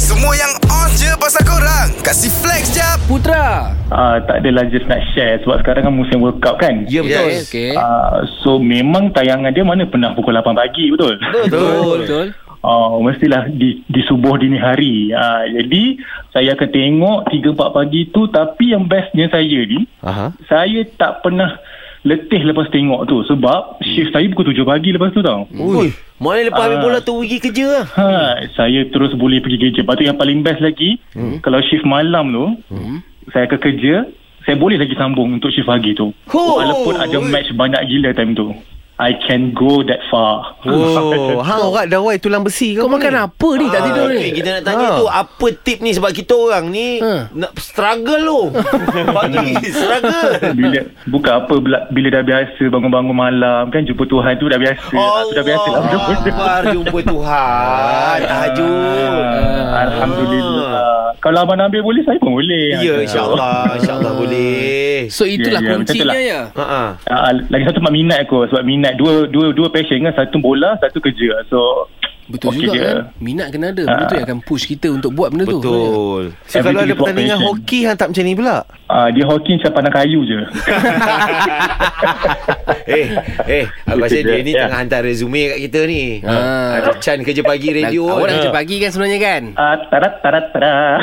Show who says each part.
Speaker 1: Semua yang on je pasal korang Kasih flex jap
Speaker 2: Putra.
Speaker 3: Ah, tak adalah just nak share sebab sekarang kan musim World Cup kan.
Speaker 2: Ya betul.
Speaker 4: Yes.
Speaker 2: Okey.
Speaker 3: Ah, so memang tayangan dia mana pernah pukul 8 pagi betul.
Speaker 2: Betul. Betul.
Speaker 3: Oh, mestilah di, di subuh dini hari. Ah, jadi saya akan tengok 3 4 pagi tu tapi yang bestnya saya ni
Speaker 4: Aha.
Speaker 3: saya tak pernah letih lepas tengok tu sebab shift saya pukul 7 pagi lepas tu tau.
Speaker 4: Ui. Mana lepas habis bola tu pergi kerja lah.
Speaker 3: Ha, saya terus boleh pergi kerja. Lepas tu yang paling best lagi, hmm. kalau shift malam tu, hmm. saya ke kerja, saya boleh lagi sambung untuk shift pagi tu.
Speaker 4: Ho!
Speaker 3: Walaupun ada match banyak gila time tu. I can go that far.
Speaker 4: Oh, hang orang dawai tulang besi ke
Speaker 2: Kau makan apa ni tak
Speaker 4: Ah,
Speaker 2: tidur
Speaker 4: okey,
Speaker 2: ni?
Speaker 4: Kita nak tanya
Speaker 2: Ah.
Speaker 4: tu Apa tip ni Sebab kita orang ni
Speaker 2: Ah.
Speaker 4: Nak struggle tu Pagi struggle
Speaker 3: bila buka apa bila, bila dah biasa bangun-bangun malam kan jumpa Tuhan tu dah biasa. Ah, tu dah biasa lah.
Speaker 4: Allah Akbar Jumpa Tuhan Tahajud
Speaker 3: Ah, Alhamdulillah. Kalau Abang Nabil boleh, saya pun boleh.
Speaker 4: Ya insyaAllah InsyaAllah boleh
Speaker 2: So itulah
Speaker 3: Ya, ya, macam
Speaker 2: kuncinya
Speaker 3: itulah.
Speaker 2: ya.
Speaker 4: Haa
Speaker 3: Uh, lagi satu mak minat aku sebab minat dua dua dua passion kan satu bola satu kerja so
Speaker 2: Betul
Speaker 3: okey
Speaker 2: juga
Speaker 3: je.
Speaker 2: kan. Minat kena ada. Benda tu yang akan push kita untuk buat benda tu.
Speaker 4: Betul
Speaker 3: So, kalau ada pertandingan
Speaker 4: hoki Hang tak macam ni pula
Speaker 3: Uh, dia hoki macam pandang kayu je.
Speaker 4: Eh Eh Aku rasa dia ni
Speaker 3: Ya.
Speaker 4: Tengah hantar resume kat kita ni
Speaker 2: Ah.
Speaker 4: Ada Chan kerja pagi radio
Speaker 2: Awak nak
Speaker 4: Ah.
Speaker 2: kerja pagi kan sebenarnya kan?
Speaker 3: Uh, tarat tarat tarat.